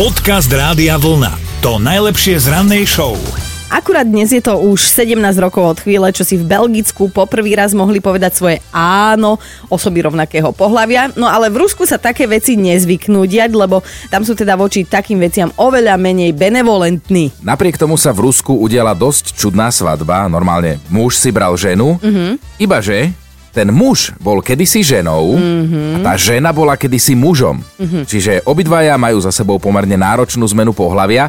Podcast Rádia Vlna. To najlepšie z rannej show. Akurát dnes je to už 17 rokov od chvíle, čo si v Belgicku poprvý raz mohli povedať svoje áno osoby rovnakého pohľavia. No ale v Rusku sa také veci nezvyknú diať, lebo tam sú teda voči takým veciam oveľa menej benevolentní. Napriek tomu sa v Rusku udiala dosť čudná svadba. Normálne muž si bral ženu, mm-hmm. ibaže ten muž bol kedysi ženou mm-hmm. a tá žena bola kedysi mužom. Mm-hmm. Čiže obidvaja majú za sebou pomerne náročnú zmenu pohlavia.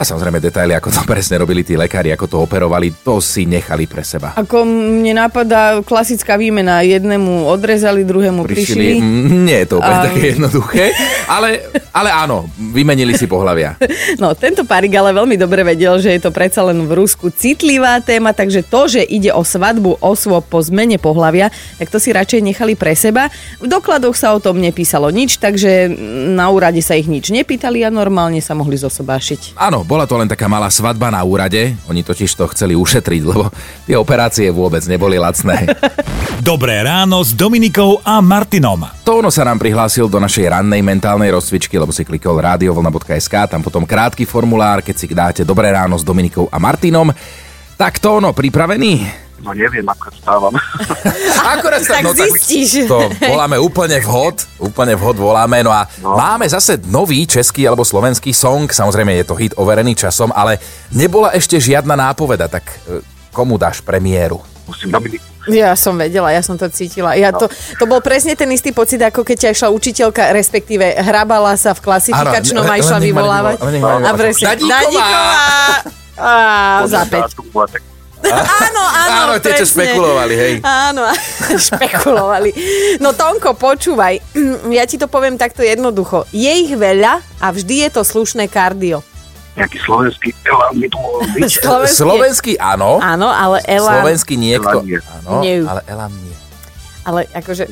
A samozrejme detaily, ako to presne robili tí lekári, ako to operovali, to si nechali pre seba. Ako mne napadá klasická výmena, jednému odrezali, druhému prišli. Mm, nie je to úplne také jednoduché, ale, ale áno, vymenili si pohlavia. No, tento parik ale veľmi dobre vedel, že je to predsa len v Rusku citlivá téma, takže to, že ide o svadbu osôb po zmene pohlavia, tak to si radšej nechali pre seba. V dokladoch sa o tom nepísalo nič, takže na úrade sa ich nič nepýtali a normálne sa mohli zosobášiť. Áno, bola to len taká malá svadba na úrade, oni totiž to chceli ušetriť, lebo tie operácie vôbec neboli lacné. Dobré ráno s Dominikou a Martinom. To ono sa nám prihlásil do našej rannej mentálnej rozcvičky, lebo si klikol radiovlna.sk, tam potom krátky formulár, keď si dáte Dobré ráno s Dominikou a Martinom. Tak to ono, pripravený? No neviem, ako stávam. Akorát sa, Tak no, tak zistíš. to voláme úplne vhod, úplne vhod voláme, no a no. máme zase nový český alebo slovenský song, samozrejme je to hit overený časom, ale nebola ešte žiadna nápoveda, tak e, komu dáš premiéru? Musím Dominiku. Ja som vedela, ja som to cítila. Ja to, to bol presne ten istý pocit, ako keď ťa išla učiteľka, respektíve hrabala sa v klasifikačnom Áno, a len- išla len nech ma vyvolávať. nevyvolá- len nech ma A nevyvolá- presne, Dadíková! Dadíková! Á, za päť. tak Áno, áno, Áno, tie, čo presne. špekulovali, hej. Áno, špekulovali. No Tonko, počúvaj, ja ti to poviem takto jednoducho. Je ich veľa a vždy je to slušné kardio. nejaký slovenský Elan mi tu mohol byť. Slovenský- Slovenský áno, Áno, ale Ela... slovenský niekto, Elan nie. áno, Nie. ale Elam nie. Ale akože,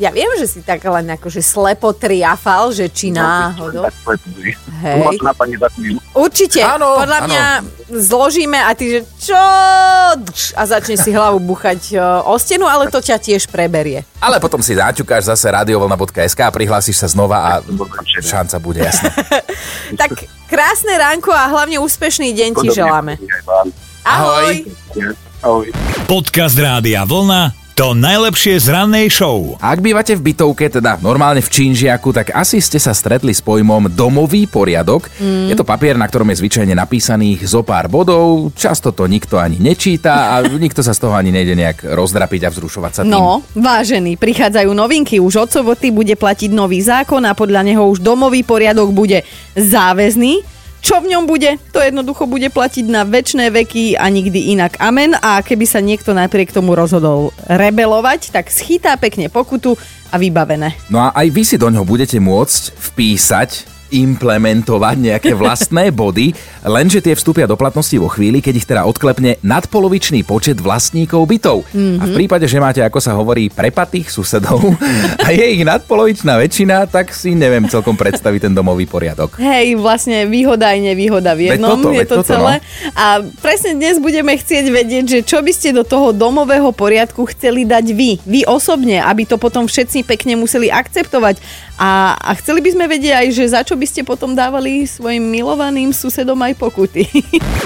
ja viem, že si tak len akože slepo triafal, že či No. náhodou. Tak to je tu. Hej. No, to napadne za chvíľu. Určite, Áno, podľa áno. mňa zložíme a ty, že čo? Dž, A začne si hlavu buchať e, o stenu, ale to ťa tiež preberie. Ale potom si zaťukáš zase radiovolna.sk a prihlásiš sa znova a Dokončené. šanca bude, jasné. Tak krásne ránko a hlavne úspešný deň ti Podobne želáme. chodí aj vám. Ahoj. Ahoj. Ja, Ahoj. Podcast Rádia Vlna. To najlepšie z rannej show. Ak bývate v bytovke, teda normálne v Činžiaku, tak asi ste sa stretli s pojmom domový poriadok. Mm. Je to papier, na ktorom je zvyčajne napísaných zo pár bodov, často to nikto ani nečíta a nikto sa z toho ani nejde nejak rozdrapiť a vzrušovať sa tým. No, vážení, prichádzajú novinky. Už od soboty bude platiť nový zákon a podľa neho už domový poriadok bude záväzný. Čo v ňom bude? To jednoducho bude platiť na väčšie veky a nikdy inak. Amen. A keby sa niekto napriek tomu rozhodol rebelovať, tak schytá pekne pokutu a vybavené. No a aj vy si do ňoho budete môcť vpísať implementovať nejaké vlastné body, lenže tie vstúpia do platnosti vo chvíli, keď ich teda odklepne nadpolovičný počet vlastníkov bytov. Mm-hmm. Mhm. A v prípade, že máte, ako sa hovorí, prepatých susedov a je ich nadpolovičná väčšina, tak si neviem celkom predstaviť ten domový poriadok. Hej, vlastne výhoda aj nevýhoda v Veď jednom, toto, je veď to toto, no. celé. A presne dnes budeme chcieť vedieť, že čo by ste do toho domového poriadku chceli dať vy, vy osobne, aby to potom všetci pekne museli akceptovať. A, a chceli by sme vedieť aj, že za čo by ste potom dávali svojim milovaným susedom aj pokuty.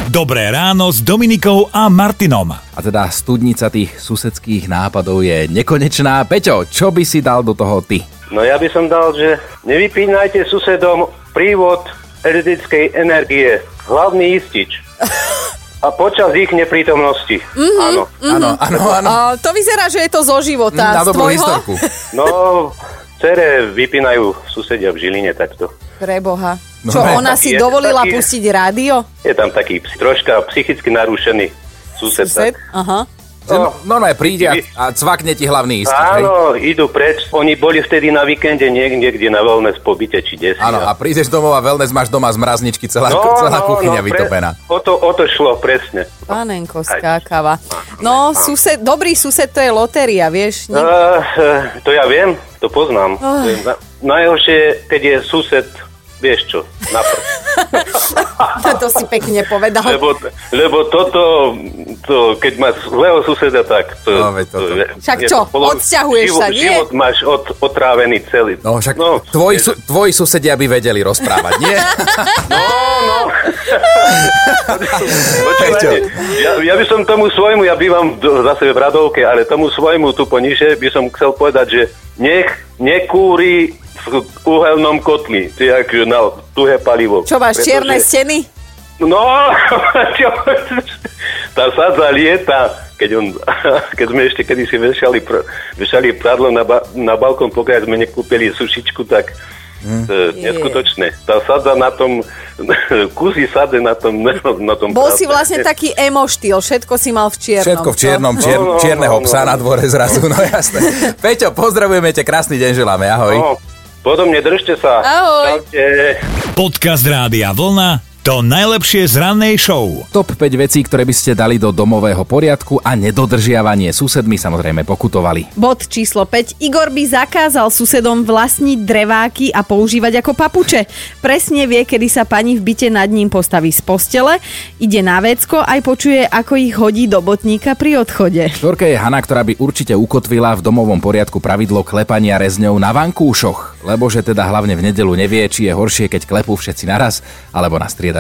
Dobré ráno s Dominikou a Martinom. A teda studnica tých susedských nápadov je nekonečná. Peťo, čo by si dal do toho ty? No ja by som dal, že nevypínajte susedom prívod elektrickej energie, hlavný istič. A počas ich neprítomnosti. Áno. Áno, áno, áno. A to vyzerá, že je to zo života. Mhm. Na z dobrú tvojho? historku. No, cere vypínajú susedia v Žiline takto. Preboha. No, Čo, hej. ona si Taký je, dovolila taký je. pustiť rádio? Je tam taký ps- troška psychicky narušený sused. Sused? tak. Aha. Že No, no, no, príde a, a cvakne ti hlavný istič. hej? Áno, idú preč. Oni boli vtedy na víkende niek- niekde na voľné pobyte či desi. Áno, a prídeš domov a wellness máš doma z mrazničky, celá, No, no, celá no, kuchyňa no, no, vytopená. Pre, o, to, o to šlo, presne. Panenko Aj. skákava. No, sused, dobrý sused to je lotéria, vieš? Uh, Nik- to ja viem, to poznám. Oh. Na, najhoršie je, keď je sused, vieš čo, na prd. No. to si pekne povedal. lebo, lebo toto, to, keď máš zlého suseda, tak to... No, veď toto. Však čo, odsťahuješ život, sa, nie? Život máš od, otrávený celý. No však no, tvoji, su, tvoji susedia by vedeli rozprávať, nie? Počúvajte, ja, ja by som tomu svojmu, ja bývam do- zase v Radovke, ale tomu svojmu tu poniže by som chcel povedať, že nech nekúri v uhelnom kotli, ty ak na tuhé palivo. Čo máš, Pretože- čierne steny? No, čo, tá sadza lieta, keď, on, keď sme ešte kedysi vešali, pr- vešali pradlo na, ba- na balkón, pokiaľ sme nekúpili sušičku, tak to je neskutočné. Tá sadza na tom, kusy sade na tom, na tom Bol si prádle. vlastne taký emo štýl, všetko si mal v čiernom. Všetko v čo? čiernom, čier, No, no, čierneho no, psa no. na dvore zrazu, no jasné. Peťo, pozdravujeme ťa, krásny deň želáme, ahoj. No, podobne, držte sa. Ahoj. Čaute. Podcast Rádia Vlna to najlepšie z rannej show. Top 5 vecí, ktoré by ste dali do domového poriadku a nedodržiavanie susedmi samozrejme pokutovali. Bod číslo 5. Igor by zakázal susedom vlastniť dreváky a používať ako papuče. Presne vie, kedy sa pani v byte nad ním postaví z postele, ide na vecko aj počuje, ako ich hodí do botníka pri odchode. Štvorka je Hana, ktorá by určite ukotvila v domovom poriadku pravidlo klepania rezňou na vankúšoch, lebo že teda hlavne v nedelu nevie, či je horšie, keď klepú všetci naraz, alebo na striedačku.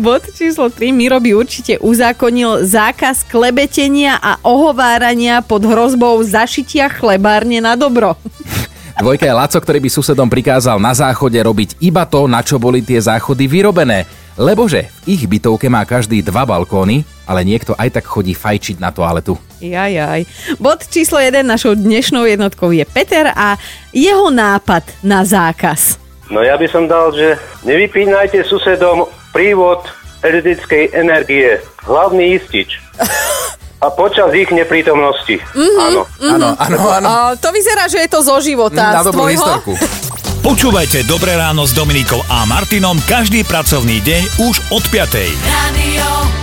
Bod číslo 3. Miro by určite uzákonil zákaz klebetenia a ohovárania pod hrozbou zašitia chlebárne na dobro. Dvojka je Laco, ktorý by susedom prikázal na záchode robiť iba to, na čo boli tie záchody vyrobené. Lebože v ich bytovke má každý dva balkóny, ale niekto aj tak chodí fajčiť na toaletu. Jajaj. Bod číslo 1 našou dnešnou jednotkou je Peter a jeho nápad na zákaz. No ja by som dal, že nevypínajte susedom prívod elektrickej energie, hlavný istič. A počas ich neprítomnosti. Áno. Áno, áno, áno. A to vyzerá, že je to zo života. Mhm. Na z dobrú tvojho? historku. Počúvajte Dobré ráno s Dominikou a Martinom každý pracovný deň už od 5. Radio